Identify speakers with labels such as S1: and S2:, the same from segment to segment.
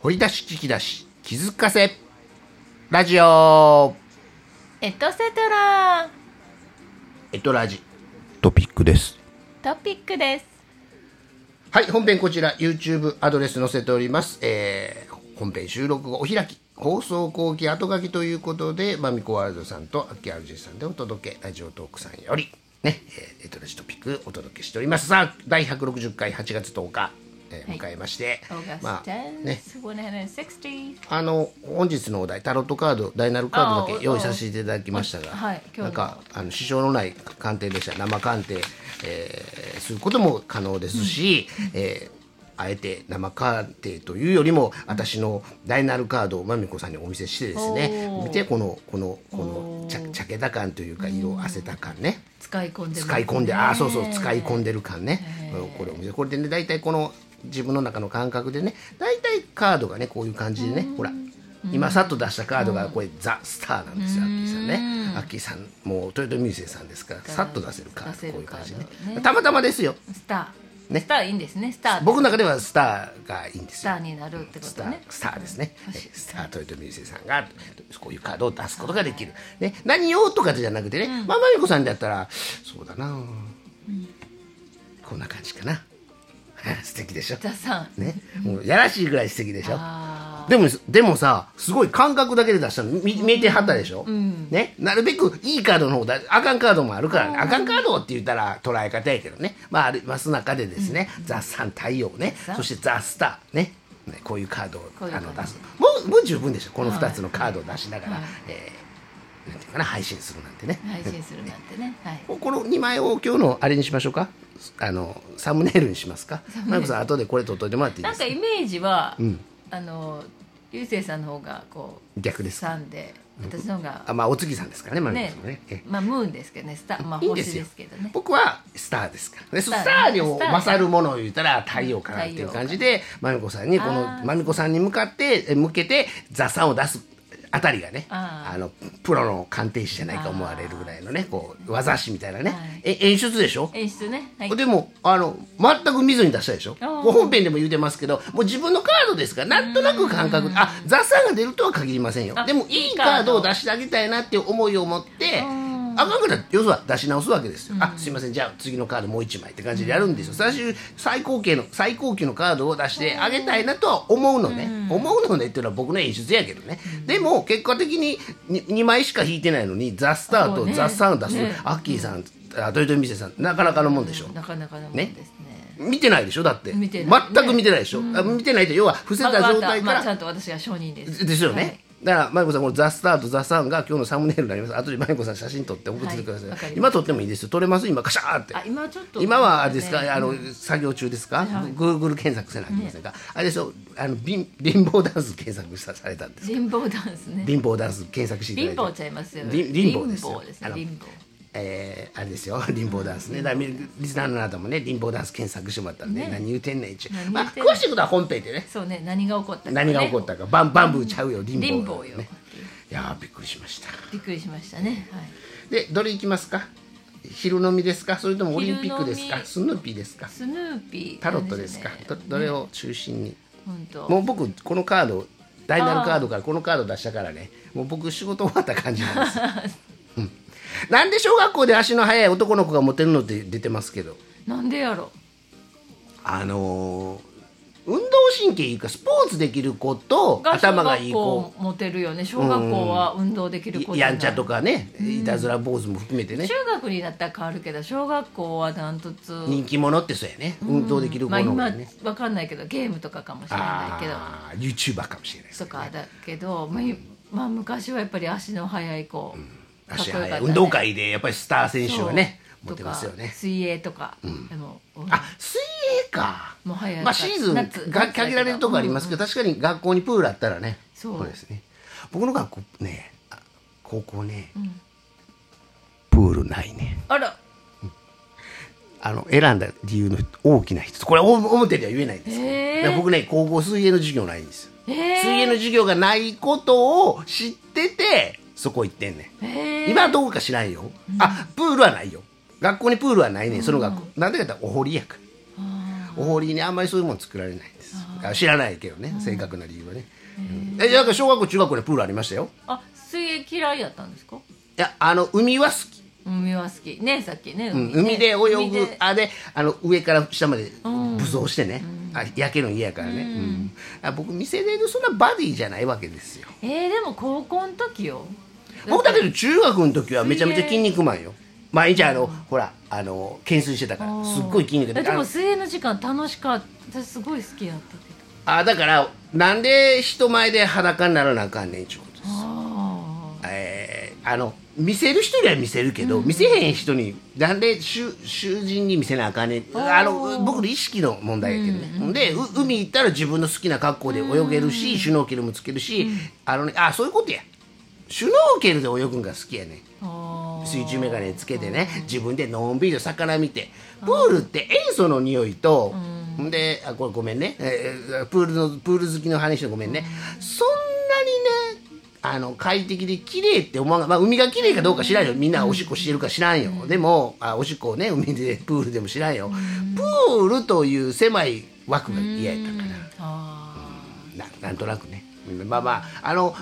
S1: 掘り出し聞き出し気づかせラジオ
S2: エトセトラ
S1: エトラジトピックです
S2: トピックです
S1: はい本編こちら YouTube アドレス載せております、えー本編収録後お開き放送後期後書きということでマミコワールドさんとアッキーアルジさんでお届けラジオトークさんよりね、えーエトラジトピックお届けしておりますさあ第160回8月10日、えー
S2: はい
S1: 迎えまして、
S2: August
S1: まあ
S2: 10th、
S1: ね
S2: 160
S1: あの本日のお題タロットカードダイナルカードだ
S2: あ
S1: け
S2: ー
S1: 用意させていただきましたが、
S2: あはい今日の
S1: なんかあの支障のない鑑定でした生鑑定、えーすることも可能ですし、えーあえて生鑑定というよりも私のダイナルカードをまみこさんにお見せしてですね
S2: おー
S1: 見てこのこのこの
S2: おー
S1: ちゃ茶けた感というか色あせた感ね。
S2: 使い込んでます
S1: 使い込んで、ああそうそう使い込ん
S2: で
S1: でる感ね
S2: へー
S1: うんこれを見てこれでね大体この自分の中の感覚でね大体カードがねこういう感じでねほら今さっと出したカードがこれザ・スターなんですよアッキーさんねアッキーさんもう豊臣ミューさんですからさっと出せるカ
S2: 出せ
S1: ード
S2: る
S1: こういう感じね
S2: カードね
S1: たまたまですよ
S2: スター、
S1: ね
S2: スターいいんですねスター
S1: 僕の中ではスターがいいんです
S2: ス
S1: よ
S2: ターになるってこ
S1: ス
S2: と
S1: ター
S2: ね
S1: スターですね、
S2: うん
S1: えスタートイトミュージシャンさんがこういうカードを出すことができる、ね、何用とかじゃなくてね、まあまみこさんだったらそうだな、こんな感じかな 素敵でしょ
S2: ザさん
S1: ねもうやらしいぐらい素敵でしょ
S2: あ
S1: でもでもさすごい感覚だけで出したのみ見えてはったでしょ、ね、なるべくいいカードの方だあかんカードもあるからねあかんカードって言ったら捉え方やけどねまああります中でですね、ザ・サン太陽ね
S2: ザ
S1: そしてザ・スターねねこういうカードを
S2: こういう
S1: あ
S2: カード
S1: の出すもうもう十分でしょこの2つのカードを出しながら、
S2: はい
S1: えーなんていうかな配信するなんてね
S2: ー配信するなんてねはい
S1: ここの2枚を今日のあれにしましょうかあのサムネイルにしますか
S2: サムネイル
S1: マイクさん後でこれ取っといてもらっていい
S2: な
S1: で
S2: ん
S1: すか
S2: かイメージは、
S1: ん
S2: あの流星さんの方がこう
S1: 逆です
S2: さんで私の方が、
S1: あまあお月さんですからねマイク
S2: ね
S1: さんねえ
S2: まあムーンですけどねスターまあ
S1: いいんで
S2: 星
S1: す
S2: で
S1: よ
S2: すけどね
S1: 僕はスターですからでス
S2: ス
S1: タ
S2: ター
S1: ーに
S2: スター
S1: 勝るものを言ったら太陽かなっていう感じでまみこさんにこの
S2: あー
S1: まみこさんに向かってえ向けて座さんを出すあたりがね
S2: あ
S1: あ
S2: ー
S1: のプロの鑑定士じゃないか思われるぐらいのねこう技師みたいなね、
S2: はい
S1: え演出でしょ
S2: 演出ねはい
S1: でもあの全く見ずに出したでしょ
S2: あー
S1: もう本編でも言うてますけどもう自分のカードですからなんとなく感覚あ雑さが出るとは限りませんよ
S2: あ
S1: でもいいカードを出してあげたいなっていう思いを持ってあかんから要するは出し直すわけですよ、あすいませんじゃあ次のカードもう1枚って感じでやるんですよ最終最高級の最高級のカードを出してあげたいなとは思うのね、思うのねっていうのは僕の演出やけどね、でも結果的に 2, 枚しか引いてないのにザ・スターとザ・サウン出す、
S2: そうねね
S1: アッキーさんあトイトイミセさんなかなかのもんでしょ、
S2: なかなかのもんですね
S1: 見てないでしょだって
S2: 見てない
S1: 全く見てないでしょ、あ見てないと要は伏せ
S2: まあ
S1: た状態か
S2: まあ
S1: ら、
S2: ちゃんと私が承認です
S1: ですよね、
S2: はい
S1: だからマイコさんこの「ザ・スター」と「ザ・サン」が今日のサムネイルになります後でマイコさん写真撮って送ってきてください、
S2: はいわかりました
S1: 今撮ってもいいですよ撮れます今カシャーって
S2: あ今ちょっと
S1: 今はあれですか、
S2: ね
S1: あの作業中ですか、
S2: はい
S1: Google 検索せなきゃいけませんか、あれでしょあの貧貧乏ダンス検索さされたんです
S2: 貧乏ダンスね
S1: 貧乏ダンス検索してい
S2: 貧
S1: ただい
S2: 乏
S1: て
S2: ちゃいますよ
S1: 貧貧乏ですよ
S2: 貧乏ですね
S1: あの
S2: 貧
S1: えー、あれですよ リンボーダンスねだからみリスナーのあなたもねリンボーダンス検索してもらったんで、
S2: ね
S1: 何言うてんねんちゅう
S2: 何
S1: ま
S2: 言
S1: あ
S2: うてんねん
S1: 詳しいことは本編でね
S2: 乏そうね何が起こったか、ね、
S1: 何が起こったかバンバンブーちゃうよリンボー,、ね、
S2: 貧乏よ
S1: いやーびっくりしました
S2: びっくりしましたねはい
S1: でどれいきますか昼飲みですかそれともオリンピックですかス
S2: 昼
S1: ヌーピーですか
S2: スヌーピー
S1: タロットですか
S2: なんしょ
S1: ど
S2: うね
S1: どれを中心に
S2: 本当
S1: もう僕このカードダイナルカードからこのカード出したからねもう僕仕事終わった感じなんですよ、 うんなんで小学校で足の速い男の子がモテるのって出てますけど
S2: なんでやろ
S1: あのー運動神経いいかスポーツできる子と
S2: が
S1: 頭がいい子
S2: 小学校モテるよね小学校は運動できる子じゃ
S1: や
S2: ない
S1: んちゃとかねいたずら坊主も含めてね
S2: 中学になったら変わるけど小学校はダントツ
S1: 人気者ってそうやね運動できる子
S2: まあ
S1: の方
S2: 今
S1: がね、
S2: わかんないけどゲームとかかもしれないけど
S1: ああー YouTuber かもしれないです
S2: と
S1: ね
S2: かだけど、まあいまあ、昔はやっぱり足の速い子、かっこ
S1: 足
S2: よかったね
S1: 速い運動会でやっぱりスター選手はね
S2: そう
S1: モテますよ
S2: と
S1: ね
S2: か水泳とか、でも
S1: あ水泳か
S2: もう早いから
S1: まあ、シーズン
S2: 夏
S1: が
S2: 夏だけど
S1: 限られるとこありますけど、確かに学校にプールあったらね
S2: そう
S1: ですね僕の学校ねあ高校ね、プールないね
S2: あら
S1: あの選んだ理由の大きな一つこれお表では言えないんですけど、
S2: へ
S1: だ
S2: ー
S1: から僕ね高校水泳の授業ないんですよ、
S2: えー、
S1: 水泳の授業がないことを知っててそこ行ってんねん
S2: えー、
S1: 今はどうか知らんよ、あプールはないよ学校にプールはないねんその学校、なんでかって言ったらお堀やから
S2: あ
S1: お堀にあんまりそういうもの作られないんですあ知らないけどね正確な理由はね、うんえなんか小学校中学校でプールありましたよ
S2: あ水泳嫌いやったんですか
S1: いやあの海は好き
S2: 海は好きねさっきね
S1: うん
S2: ね
S1: 海で泳
S2: 海
S1: ぐ
S2: で
S1: あであの上から下まで武装してね、あ焼けるの嫌やからね、うんあ僕見せれるそんなバディじゃないわけですよ
S2: えー、でも高校の時よ
S1: 僕だけど中学の時はめちゃめちゃ筋肉マンよ毎日あの、ほらあの懸垂してたからすっごい筋肉
S2: で
S1: で
S2: で
S1: あ
S2: も
S1: の
S2: 水泳の時間楽しかった私すごい好きやったけど
S1: あだからなんで人前で裸にならなあかんねんちゅうことです
S2: あ
S1: えーあの見せる人には見せるけど、見せへん人になんで囚囚人に見せなあかんねんあの僕の意識の問題やけどね、でう海行ったら自分の好きな格好で泳げるし、シュノーケルもつけるし、あのねあそういうことやシュノーケルで泳ぐんが好きやね
S2: ーあー
S1: 水中メガネつけてね自分でのんびりと魚見てプールって塩素の匂いと、ん、であこれごめんね、えープールのプール好きの話でごめんね、そんなにねあの快適で綺麗って思わない、まあ、海が綺麗かどうか知らんよみんなおしっこしてるか知らんよ、でもあおしっこをね海でプールでも知らんよ、プールという狭い枠が嫌やったから。
S2: あ
S1: ななんとなくねまあまああの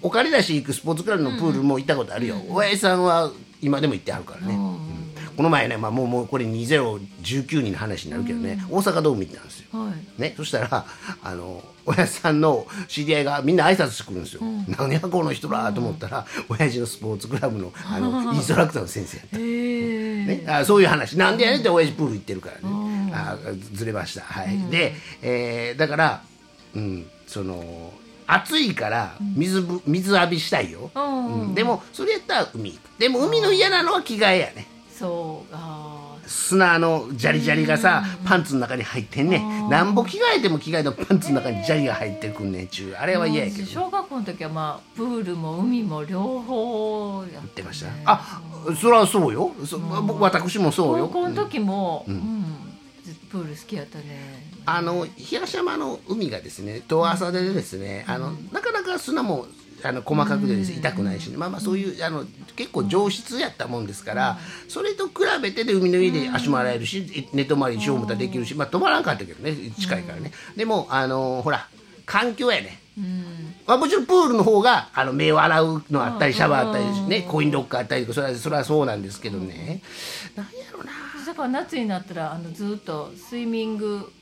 S1: お金出し行くスポーツクラブのプールも行ったことあるよ、おやじさんは今でも行ってはるからね、うんこの前ね、まあ、もうもうこれ2019人の話になるけどね、大阪ドーム行ったんですよ、
S2: ーはい
S1: ね、そしたらあの親父さんの知り合いがみんな挨拶してくるんですよ、何やこの人らと思ったら、親父のスポーツクラブのあ のインストラクターの先生やった
S2: えー、
S1: ね、あそういう話なんでやねんって親父プール行ってるからねあずれましたはい、で、えーだから、うん、その暑いから水ぶ水浴びしたいよ、
S2: うん
S1: うんでもそれやったら海行くでも海の嫌なのは着替えやね
S2: そうあー
S1: 砂のジャリジャリがさパンツの中に入ってんねなんぼ着替えても着替えてもパンツの中にジャリが入ってくんねんちゅうあれは嫌やけど
S2: 私小学校の時はまあプールも海も両方や
S1: 言
S2: っ
S1: ってましたあそりゃそうよそ僕私もそう
S2: 高
S1: よ
S2: 校の時も、うんプール好きやったね
S1: あの東山の海がですね遠浅でですね、あのなかなか砂もあの細かくてですね痛くないし、まあまあそういうあの結構上質やったもんですから、それと比べてで海の家で足も洗えるし、寝泊まりしようもたらできるし、まあ泊まらんかったけどね近いからね、でもあのほら環境やね、まあ、もちろんプールの方があの目を洗うのあったりシャワーあったりしねコインロッカーあったりとかそれはそれはそうなんですけどね、なんやろうな
S2: だから夏になったらあのずっとスイミング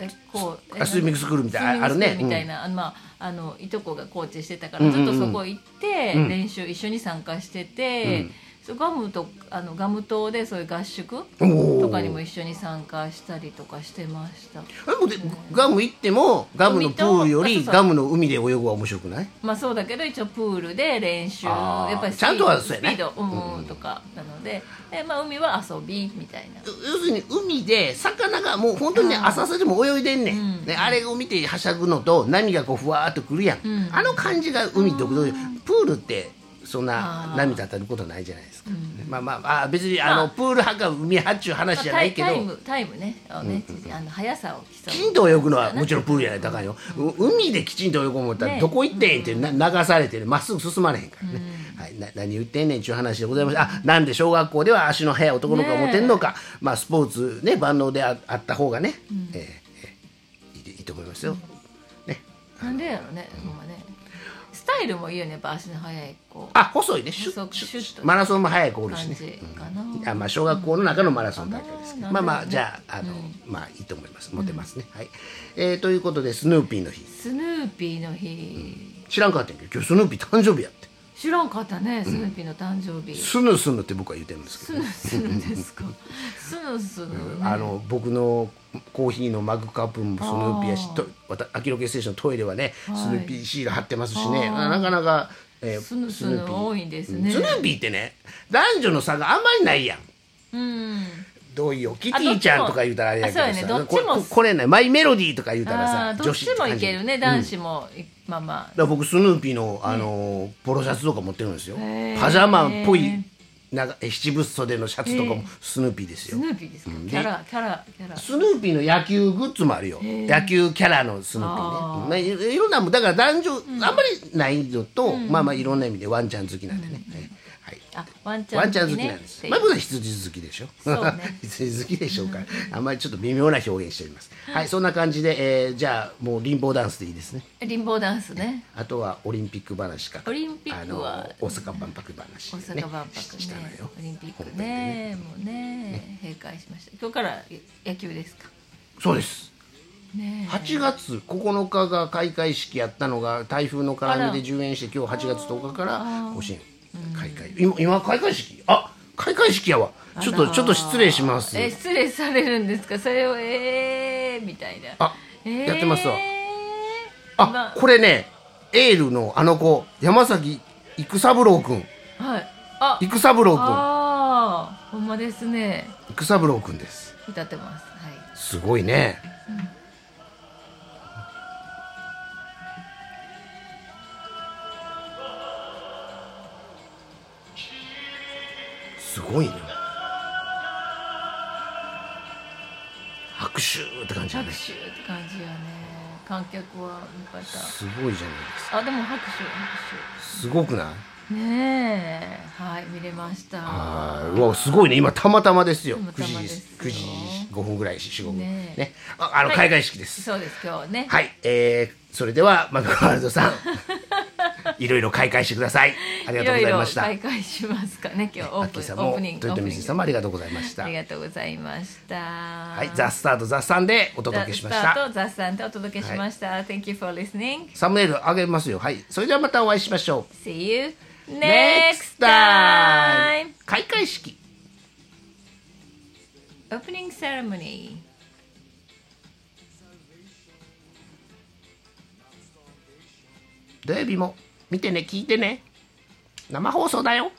S2: えこうえ
S1: あスイミングスクールみたいな
S2: スイミン
S1: あるね
S2: グスクール
S1: うん
S2: みたいな、あのまああのいとこがコーチしてたからずっとそこ行って、練習一緒に参加してて、そうガムとあのガム島でそういう合宿
S1: おー
S2: とかにも一緒に参加したりとかしてました
S1: でもでガム行ってもガムのプールよ
S2: 海
S1: り
S2: と
S1: ガムの海で泳ぐは面白くない
S2: まあそうだけど一応プールで練習
S1: あー
S2: やっぱりスピ
S1: ちゃんとはそう
S2: ス
S1: や
S2: ピ
S1: ね
S2: ードうんうんとかなのでで、まあ、海は遊びみたいな
S1: 要するに海で魚がもう本当にね浅瀬でも泳いでんねん、ね、あれを見てはしゃぐのと波がこうふわーっとくるやん、あの感じが海独特でプールってそんな
S2: あー
S1: 波当たることないじゃないですか、まあまああ別にあの、プール派か海派っちゅう話じゃないけど、
S2: タイタイムタイムねあのね、あの速さを競
S1: きちんと泳ぐのはもちろんプールやないとあかんよ、う海できちんと泳ごう思ったら
S2: ね
S1: どこ行ってんってな流されてるまっすぐ進まれへんからね、はい、な何言ってんねんちゅう話でございましたあなんで小学校では足の速い男の子がモテんのか、まあスポーツね万能でああった方がね、えーえーいいいいと思いますよ、ね、
S2: うなんでやろねほんまねスタイルもいいよねやっぱ足の速い子
S1: あ細いねシュッ
S2: 細く
S1: シュッ
S2: シュッと
S1: マラソンも速い子おるし
S2: 感
S1: ね
S2: じかな、
S1: あまあ小学校の中のマラソン大会ですけど、
S2: うん
S1: まあまあじゃああの、まあいいと思いますモテますね、はい、えーということでスヌーピーの日
S2: スヌーピーの日、
S1: 知らんかったんやけど今日スヌーピー誕生日やって
S2: 知らんかったねスヌーピーの誕生日、
S1: スヌスヌって僕は言ってるんですけ
S2: スヌスヌですかスヌスヌ、ね
S1: ど、あの僕のコーヒーのマグカップもスヌーピーやしとわた秋ロケステーションのトイレはね、
S2: はい
S1: スヌーピーシール貼ってますしねなかなか、えー
S2: スヌスヌ多いんですね
S1: スヌーピーってね男女の差があんまりないやん
S2: うん
S1: どうよキティちゃんとか言うたらあれやけどさ
S2: あそうやねどっち
S1: これ
S2: も
S1: ここれねマイメロディーとか言うたら
S2: あ
S1: さ
S2: ーどっちもいけるね
S1: 女子って感じ
S2: 男子も、いまあま
S1: だから僕スヌーピーの、あのーポロシャツとか持ってるんですよ
S2: へー
S1: パジャマっぽいなんかえ七分袖のシャツとかもスヌーピーです
S2: あス
S1: よ
S2: ヌーピーですか、
S1: うん
S2: キャラキャラキャラ
S1: スヌーピーの野球グッズもあるよ
S2: へえ
S1: 野球キャラのスヌーピー
S2: あ
S1: ねまあいいろんなもんだから男女あんまりないのと、まあまあいろんな意味でワンちゃん好きなんでね、はい
S2: あワンちゃん
S1: ワンちゃん好
S2: 好
S1: き
S2: き
S1: なん
S2: ね
S1: で
S2: っ
S1: す。
S2: て
S1: まあ、僕は羊好きでしょ。
S2: そうね
S1: 羊好きでしょうか。あんまりちょっと微妙な表現しております。はい、そんな感じで、えーじゃあ、もうリンボーダンスでいいですね。
S2: リンボーダンスね
S1: あとはオリンピック話か。
S2: オリンピックは
S1: あの大阪万博話
S2: 大
S1: だよ、
S2: 阪万博
S1: し
S2: ね
S1: たのよ。
S2: オリンピック
S1: 本
S2: ね
S1: 編で
S2: もうね閉会しました今日から野球ですか
S1: そうです。
S2: ねえ
S1: 8月9日が開会式やったのが台風の絡みで10円して今日8月10日から甲子園開会今今開会式あ開会式やわちょっ
S2: あ
S1: と
S2: ら
S1: ちょっと失礼します
S2: え失礼されるんですかそれをええみたいな
S1: あ
S2: えー
S1: やってますわ
S2: ま
S1: あこれねエールのあの子山崎育三郎君
S2: はいあ
S1: 育三郎君
S2: あーほんまですね
S1: 育三郎君です
S2: 歌ってますは
S1: すごいねすごいね拍手って感
S2: い
S1: じだ
S2: 拍
S1: ね
S2: 手って感じよね観客はいっぱいいた
S1: すごいじゃないですか
S2: あでも拍手拍手
S1: すごくない
S2: ねえはい見れました
S1: あーうわすごいね今たまたまですよ
S2: たまたま
S1: 9時
S2: ですよ
S1: 9時5分ぐらい45分
S2: ね
S1: ね
S2: え
S1: ああの
S2: はい
S1: 開会式です
S2: そうです今日ね
S1: はい、えー、それではマクワールドさん いろいろ開会してくださいありがとうございました
S2: いろいろ開会しますかね今日
S1: ア
S2: オ
S1: ッ
S2: ープ
S1: キーさん
S2: ンオー
S1: も
S2: プニング
S1: 豊臣秀さんもありがとうございました
S2: あ
S1: は
S2: り
S1: い
S2: がとうございましたは
S1: ザ・スタートザ・さんでお届けしました
S2: と雑さんでお届けしました、Thank you for listening
S1: サムネイルあげますよはいそれではまたお会いしましょ
S2: See you
S1: う
S2: next time
S1: 開会式
S2: Opening ceremony
S1: 土曜日も見てね聞いてね生放送だよ